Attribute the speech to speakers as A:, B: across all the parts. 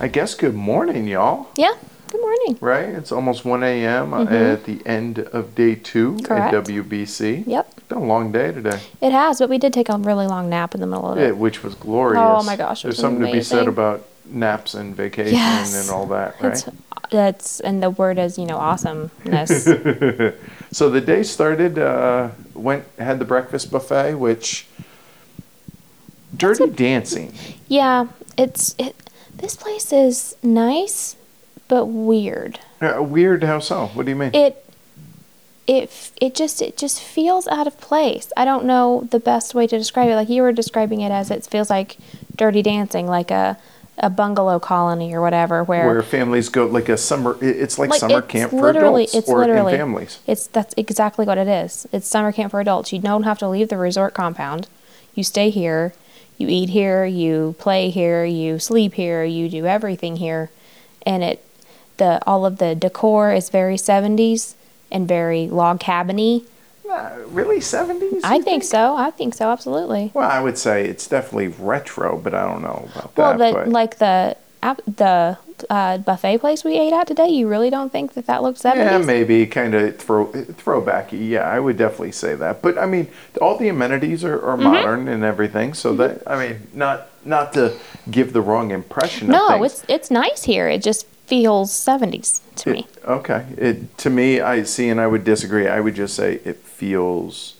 A: I guess good morning, y'all.
B: Yeah. Good morning.
A: Right? It's almost 1 a.m. uh, at the end of day two
B: Mm-hmm. Correct.
A: at WBC.
B: Yep.
A: It's been a long day today,
B: It has, but we did take a really long nap in the middle of
A: yeah,
B: it.
A: which was glorious.
B: Oh my gosh, it
A: There's
B: was
A: something to be said
B: amazing.
A: about naps and vacation
B: Yes.
A: and all that, right?
B: It's that's and the word is you know awesomeness.
A: So the day started. Uh, went had the breakfast buffet, which Dirty Dancing.
B: yeah, it's it. This place is nice, but weird.
A: Uh, weird. How so? What do you mean?
B: It it f- it just it just feels out of place. I don't know the best way to describe it. Like you were describing it as it feels like Dirty Dancing, like a a bungalow colony or whatever,
A: Where families go like a summer. It, it's like
B: Like,
A: summer
B: it's
A: camp for
B: literally-
A: adults
B: it's
A: or in
B: literally-
A: families.
B: It's that's exactly what it is. It's summer camp for adults. You don't have to leave the resort compound. You stay here, you eat here, you play here, you sleep here, you do everything here, and it the all of the decor is very 70s and very log cabiny.
A: Uh, really, seventies.
B: I think so. I think so. Absolutely.
A: Well, I would say it's definitely retro, but I don't know about that.
B: Well, the
A: but
B: like the app- the uh, buffet place we ate at today. You really don't think that that looks 70s?
A: yeah, maybe kind of throw throwbacky. Yeah, I would definitely say that. But I mean, all the amenities are,
B: Mm-hmm.
A: are modern and everything. So that I mean, not not to give the wrong impression. of
B: No,
A: things.
B: it's it's nice here. It just feels 70s to me.
A: Okay. It to me, I see, and I would disagree. I would just say it feels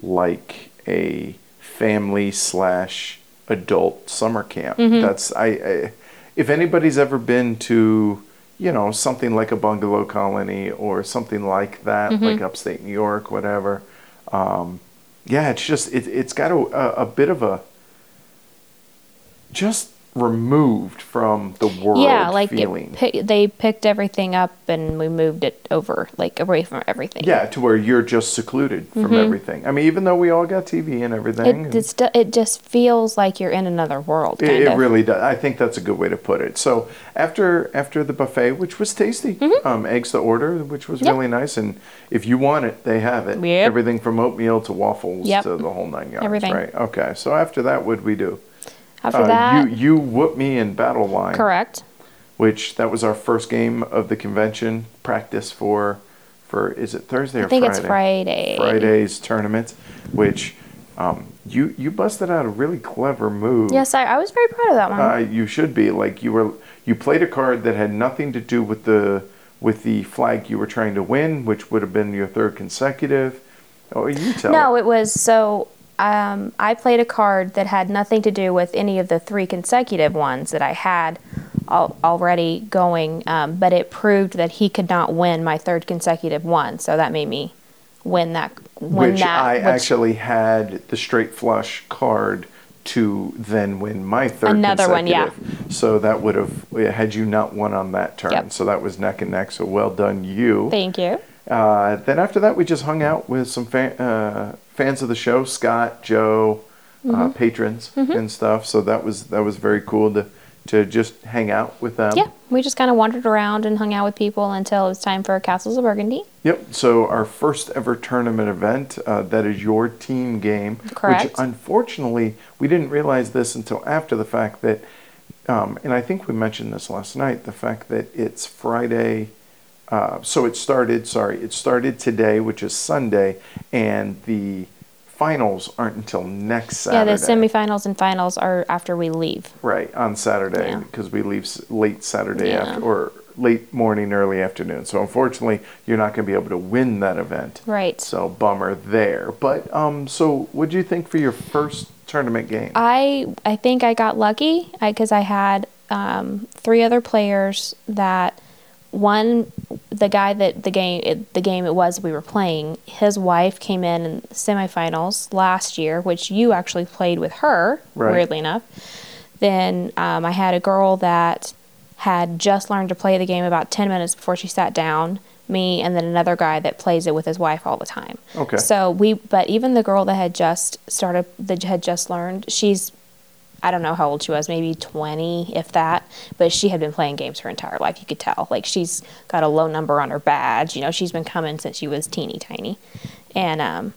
A: like a family slash adult summer camp.
B: Mm-hmm.
A: That's I, I. If anybody's ever been to, you know, something like a bungalow colony or something like that,
B: Mm-hmm.
A: like upstate New York, whatever. Um, yeah, it's just it, it's got a, a, a bit of a just removed from the world
B: yeah, like
A: feeling.
B: It, pick- they picked everything up and we moved it over, like away from everything.
A: Yeah, to where you're just secluded from everything. I mean, even though we all got TV and everything,
B: Mm-hmm. it,
A: and-
B: it's, it just feels like you're in another world.
A: it,
B: Kind
A: it
B: of.
A: really does. I think that's a good way to put it. So after after the buffet, which was tasty, um, eggs to order, which was
B: Mm-hmm. Yep.
A: really nice, and if you want it, they have it.
B: Yep.
A: Everything from oatmeal to waffles
B: Yep.
A: to the whole nine yards.
B: Everything.
A: Right. Okay. So after that, what would we do? Uh,
B: After that,
A: you you whoop me in battle line.
B: correct.
A: Which that was our first game of the convention practice for for is it Thursday or
B: I think
A: Friday?
B: it's Friday.
A: Friday's tournament, which um, you you busted out a really clever move.
B: Yes, I, I was very proud of that one.
A: uh, you should be like you were. You played a card that had nothing to do with the with the flag you were trying to win, which would have been your third consecutive. Oh, you tell.
B: no, it was so. Um, I played a card that had nothing to do with any of the three consecutive ones that I had al- already going, um, but it proved that he could not win my third consecutive one, so that made me win that. Win
A: which
B: that,
A: I
B: which-
A: actually had the straight flush card to then win my third
B: Another one, yeah.
A: consecutive. So that would have had you not won on that turn.
B: Yep.
A: So that was neck and neck. So well done, you.
B: Thank you.
A: Uh, then after that, we just hung out with some fan, uh, fans of the show, Scott, Joe,
B: Mm-hmm.
A: uh, patrons and stuff. So that was that was very cool to to just hang out with them.
B: Yeah, we just kind of wandered around and hung out with people until it was time for Castles of Burgundy.
A: Yep. So our first ever tournament event. Uh, that is your team game. Which
B: Correct.
A: unfortunately we didn't realize this until after the fact that, um, and I think we mentioned this last night. The fact that it's Friday. Uh, so it started. Sorry, it started today, which is Sunday, and the finals aren't until next Saturday.
B: Yeah, the semifinals and finals are after we leave.
A: Right on Saturday
B: Yeah.
A: because we leave s- late Saturday
B: Yeah.
A: after or late morning, early afternoon. So unfortunately, you're not going to be able to win that event.
B: Right.
A: So bummer there. But um, so what do you think for your first tournament game?
B: I I think I got lucky because I, had um, three other players that one the guy that the game it, the game it was we were playing his wife came in in semifinals last year which you actually played with her
A: Right.
B: weirdly enough then um, I had a girl that had just learned to play the game about 10 minutes before she sat down me and then another guy that plays it with his wife all the time
A: Okay.
B: so we but even the girl that had just started that had just learned she's i don't know how old she was maybe 20 if that but she had been playing games her entire life you could tell like she's got a low number on her badge you know she's been coming since she was teeny tiny and um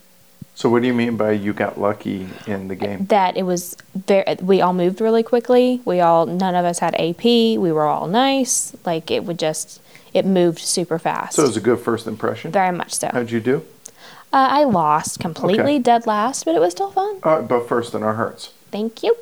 A: So what do you mean by you got lucky in the game?
B: that it was very we all moved really quickly we all none of us had ap we were all nice like it would just it moved super fast
A: So it was a good first impression.
B: very much so uh,
A: How'd you do?
B: i lost completely
A: Okay.
B: dead last but it was still fun
A: Uh, but first in our hearts.
B: thank you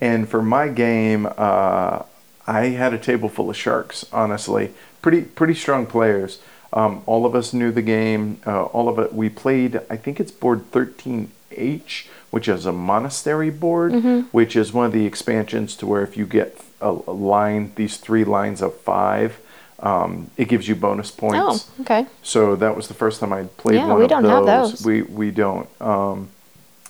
A: And for my game, uh, I had a table full of sharks. Honestly, pretty pretty strong players. Um, all of us knew the game. Uh, all of it. We played. I think it's board thirteen H, which is a monastery board, which is one of the expansions to where if you get a, a line, these three lines of five, um, it gives you bonus points.
B: oh okay
A: So that was the first time I played
B: Yeah,
A: one
B: we
A: of
B: don't have
A: those.
B: those.
A: We we don't. Um,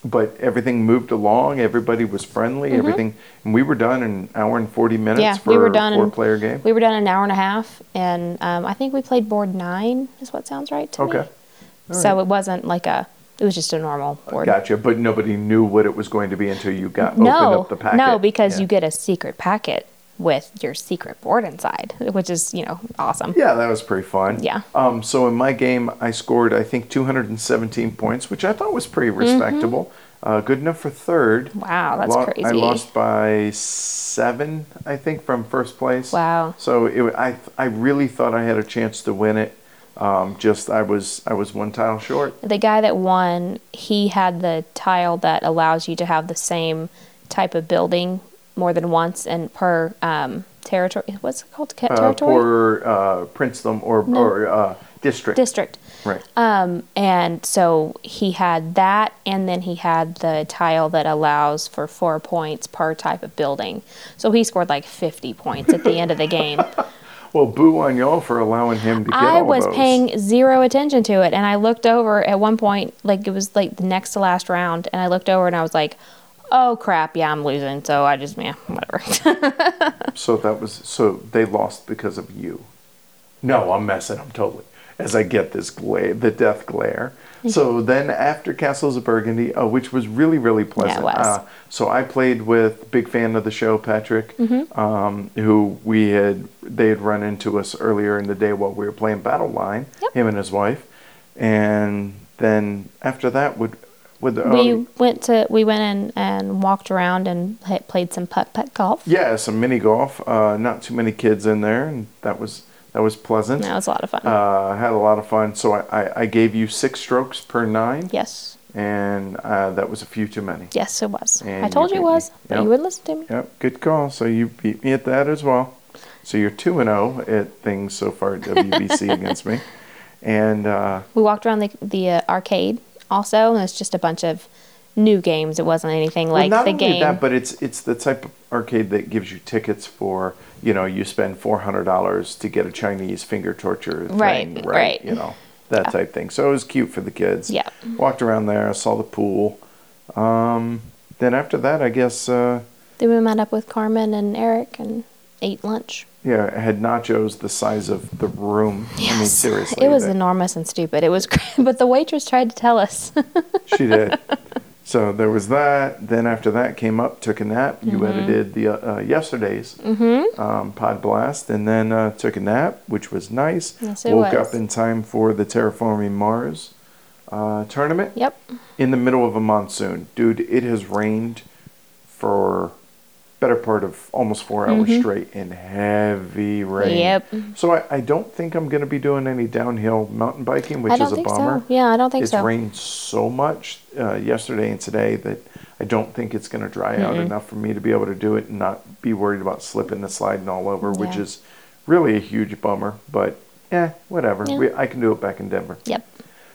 A: but everything moved along. Everybody was friendly. Everything, and we were done in an hour and forty minutes
B: Mm-hmm. yeah
A: for
B: we were
A: a
B: done in-
A: four-player game.
B: we were done in an hour and a half and um, i think we played board nine is what sounds right to me
A: okay,
B: so it wasn't like a it was just a normal board
A: gotcha. But nobody knew what it was going to be until you got opened
B: no
A: up the packet.
B: no because
A: yeah.
B: you get a secret packet with your secret board inside which is you know awesome
A: Yeah, that was pretty fun.
B: Yeah.
A: Um, so in my game, I scored I think 217 points, which I thought was pretty respectable. Uh, good enough for third.
B: Mm-hmm. Wow, that's
A: I
B: crazy.
A: lost by seven, I think, from first place.
B: Wow.
A: So it, wa- I I really thought I had a chance to win it. Um, just I was I was one tile short.
B: The guy that won, he had the tile that allows you to have the same type of building more than once and per um, territory. What's it called? Ca-
A: Uh,
B: Territory?
A: for uh, princedom or or uh, district.
B: District.
A: right.
B: Um, and so he had that, and then he had the tile that allows for four points per type of building. So he scored like 50 points at the end of the game.
A: well, boo on y'all for allowing him to get
B: I
A: all
B: was
A: those.
B: paying zero attention to it, and I looked over at one point, like it was like the next to last round, and I looked over and I was like, "Oh crap, yeah, I'm losing." So I just, yeah, whatever.
A: So that was so they lost because of you. No, I'm messing. I'm totally. As I get this glare, the death glare. So then after Castles of Burgundy, uh, which was really really pleasant.
B: was.
A: Uh, so I played with big fan of the show Patrick,
B: Mm-hmm.
A: um, who we had they had run into us earlier in the day while we were playing Battle Line.
B: Yep.
A: Him and his wife, and then after that would would the
B: we
A: oh,
B: went to, we went in and walked around and ha- played some putt putt golf.
A: yeah some mini golf. Uh, not too many kids in there, and that was that was pleasant.
B: That was a lot of fun.
A: uh, had a lot of fun. So I, I, I gave you six strokes per nine,
B: yes,
A: and uh, that was a few too many.
B: yes, it was.
A: And
B: I told
A: you
B: you it
A: beat
B: was,
A: me.
B: but
A: Yep.
B: you wouldn't listen to me.
A: Yep, good call. So you beat me at that as well. So you're two and zero at things so far at WBC against me, and uh,
B: We walked around the the uh, arcade also, and it's just a bunch of new games. It wasn't anything like
A: well, not
B: the
A: only
B: game.
A: that, but it's it's the type of arcade that gives you tickets for you know you spend four hundred dollars to get a Chinese finger torture
B: Right,
A: thing, right?
B: right.
A: You know that type thing. So it was cute for the kids.
B: Yeah.
A: walked around there, saw the pool. Um, then after that, I guess uh,
B: Then we met up with Carmen and Eric and ate lunch.
A: yeah, I had nachos the size of the room. I mean, seriously,
B: It was
A: they-
B: enormous and stupid. It was, cr- but the waitress tried to tell us.
A: She did. so there was that. Then after that, came up, took a nap. You
B: Mm-hmm.
A: edited the uh, uh, yesterday's um, pod blast, and then uh, took a nap, which was nice.
B: Yes, it
A: Woke
B: was.
A: up in time for the terraforming Mars uh, tournament.
B: yep.
A: In the middle of a monsoon, dude, it has rained for better part of almost four hours straight in heavy rain.
B: Mm-hmm. Yep.
A: So I, I don't think I'm going to be doing any downhill mountain biking, which
B: I don't
A: is a
B: think
A: bummer
B: so. Yeah, I don't think
A: it's
B: so.
A: rained so much uh, yesterday and today that I don't think it's going to dry out enough for me to be able to do it and not be worried about slipping and sliding all over, which
B: Yeah.
A: is really a huge bummer. But eh, whatever.
B: Yeah.
A: We, I can do it back in Denver.
B: Yep.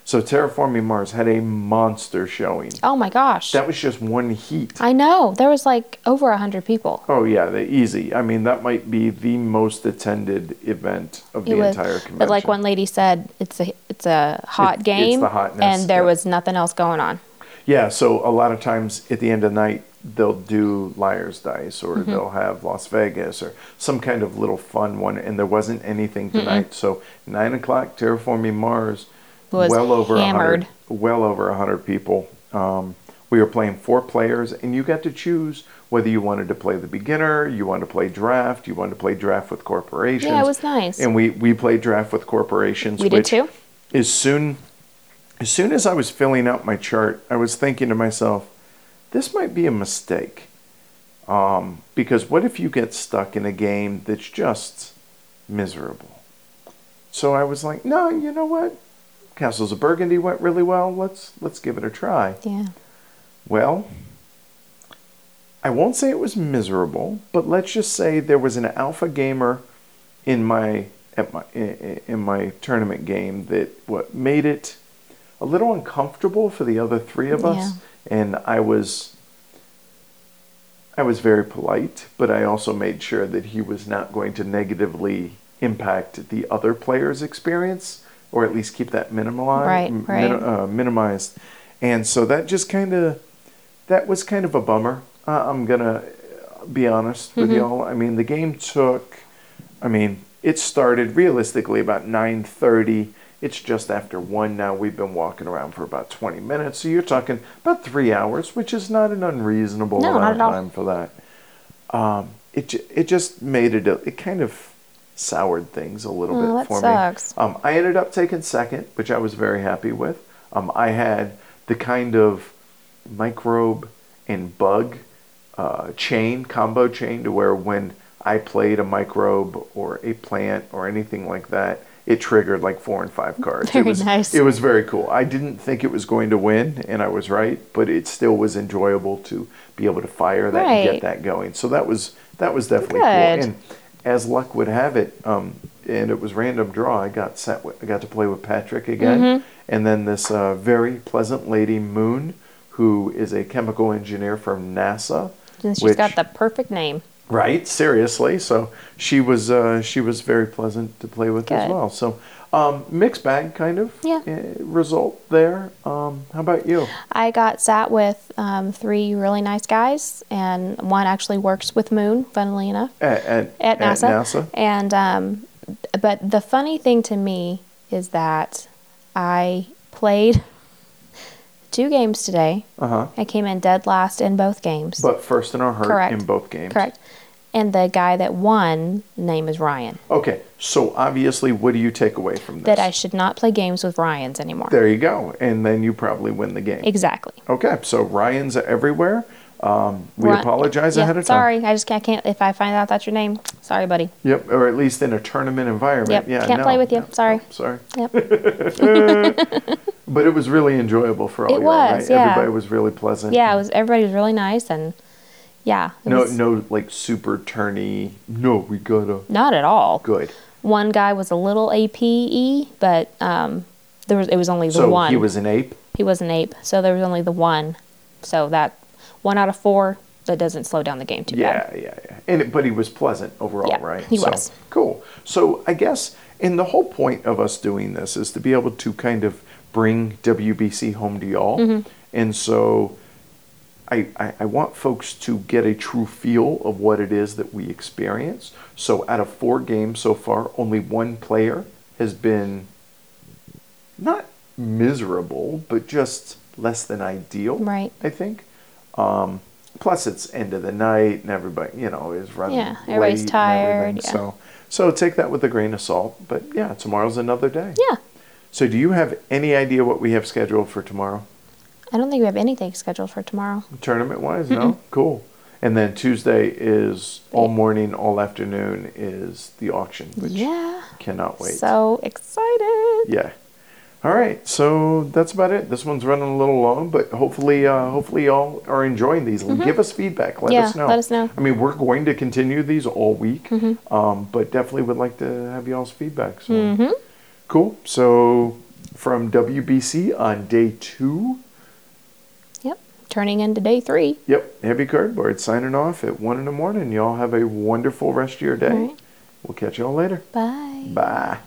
A: So Terraforming Mars had a monster showing.
B: Oh my gosh.
A: That was just one heat.
B: I know. There was like over a hundred people.
A: Oh yeah, the easy. I mean, that might be the most attended event of the
B: It was-
A: entire convention.
B: But like one lady said, it's a it's a
A: It's-
B: hot
A: it's
B: game,
A: the hotness,
B: and there
A: yeah.
B: was nothing else going on.
A: Yeah, so a lot of times at the end of the night, they'll do Liar's Dice or
B: Mm-hmm.
A: they'll have Las Vegas or some kind of little fun one, and there wasn't anything tonight. So, 9 o'clock, Terraforming Mars,
B: Was
A: well over a
B: hammered.
A: 100, well over 100 people. Um, we were playing four players, and you got to choose whether you wanted to play the beginner, you wanted to play draft, you wanted to play draft with corporations.
B: Yeah, it was nice.
A: And we, we played draft with corporations.
B: We did
A: which
B: too.
A: Is soon As soon as I was filling out my chart, I was thinking to myself, this might be a mistake. Um, because what if you get stuck in a game that's just miserable? So I was like, no, you know what? Castles of Burgundy went really well. Let's let's give it a try.
B: Yeah.
A: Well, I won't say it was miserable, but let's just say there was an alpha gamer in my at my in in my tournament game that what made it a little uncomfortable for the other three of us, and I was I was very polite, but I also made sure that he was not going to negatively impact the other player's experience, or at least keep that minimalized,
B: Right,
A: m-
B: right.
A: min- uh, minimized. And so that just kind of that was kind of a bummer. Uh, I'm gonna be honest with
B: Mm-hmm.
A: y'all. I mean, the game took. I mean, it started realistically about 9:30. It's just after one now. We've been walking around for about 20 minutes, so you're talking about three hours, which is not an unreasonable
B: No,
A: amount
B: not
A: of
B: at all.
A: time for that. Um, it ju- it just made it. A, it kind of soured things a little
B: Oh,
A: bit
B: that
A: for
B: sucks.
A: me. Um, I ended up taking second, which I was very happy with. Um, I had the kind of microbe and bug uh, chain combo chain to where when I played a microbe or a plant or anything like that, it triggered like four and five cards.
B: Very
A: it was,
B: nice.
A: It was very cool. I didn't think it was going to win, and I was right, but it still was enjoyable to be able to fire that and
B: Right.
A: get that going. So that was that was definitely
B: Good.
A: cool. And as luck would have it, um, and it was random draw. I got set. With, I got to play with Patrick again,
B: Mm-hmm.
A: and then this uh, very pleasant lady, Moon, who is a chemical engineer from NASA.
B: Then she's
A: which-
B: got the perfect name.
A: Right, seriously. So she was uh, she was very pleasant to play with as
B: Good.
A: well. So um, mixed bag kind of
B: Yeah.
A: uh, result there. Um, how about you?
B: I got sat with um, three really nice guys, and one actually works with Moon, funnily enough,
A: At, at,
B: at NASA.
A: NASA.
B: And um, but the funny thing to me is that I played two games today.
A: Uh huh.
B: I came in dead last in both games.
A: But first in our heart
B: Correct.
A: in both games.
B: Correct. And the guy that won name is Ryan.
A: Okay. So obviously, what do you take away from this?
B: That I should not play games with Ryan's anymore.
A: there you go, and then you probably win the game.
B: Exactly.
A: Okay. So Ryan's everywhere. Um, we
B: Ri-
A: apologize
B: Yeah,
A: ahead of time.
B: Sorry, I just can't, can't. If I find out that's your name, sorry, buddy.
A: Yep. Or at least in a tournament environment.
B: Yep,
A: Yeah.
B: can't
A: no,
B: play with you,
A: no,
B: sorry.
A: no, sorry.
B: Yep.
A: But it was really enjoyable for all
B: It
A: y'all, right?
B: was, yeah.
A: Everybody was really pleasant.
B: yeah, it was everybody was really nice and yeah, it
A: No,
B: was
A: no, like super turny. No, we gotta
B: not at all.
A: good.
B: One guy was a little APE, but um, there was it was only the
A: So
B: one.
A: he was an ape.
B: he was an ape, so there was only the one. So that one out of four that doesn't slow down the game too bad.
A: Yeah, yeah, yeah. And it, but he was pleasant overall,
B: Yeah,
A: right?
B: he
A: So,
B: was.
A: Cool. So I guess, and the whole point of us doing this is to be able to kind of bring WBC home to y'all,
B: Mm-hmm.
A: and so. I, I, I want folks to get a true feel of what it is that we experience. So, out of four games so far, only one player has been not miserable, but just less than ideal.
B: Right.
A: I think. Um, plus, it's end of the night, and everybody, you know, is running.
B: Yeah,
A: late
B: everybody's
A: and
B: tired,
A: everything,
B: yeah.
A: So, so take that with a grain of salt. But yeah, tomorrow's another day.
B: Yeah.
A: So, do you have any idea what we have scheduled for tomorrow,
B: I don't think we have anything scheduled for tomorrow.
A: tournament wise? No. Cool. And then Tuesday is all morning, all afternoon is the auction, which
B: yeah.
A: cannot wait.
B: So excited.
A: Yeah. All right. So that's about it. This one's running a little long, but hopefully, uh, hopefully, y'all are enjoying these. Give us feedback. Let
B: Mm-hmm. Yeah,
A: us know.
B: let us know. Mm-hmm.
A: I mean, we're going to continue these all week, um, but definitely would like to have y'all's feedback. So. Cool. So from WBC on day two.
B: Yep. Turning into day three.
A: Yep. Heavy cardboard signing off at one in the morning. Y'all have a wonderful rest of your day.
B: All right.
A: We'll catch y'all later.
B: Bye.
A: Bye.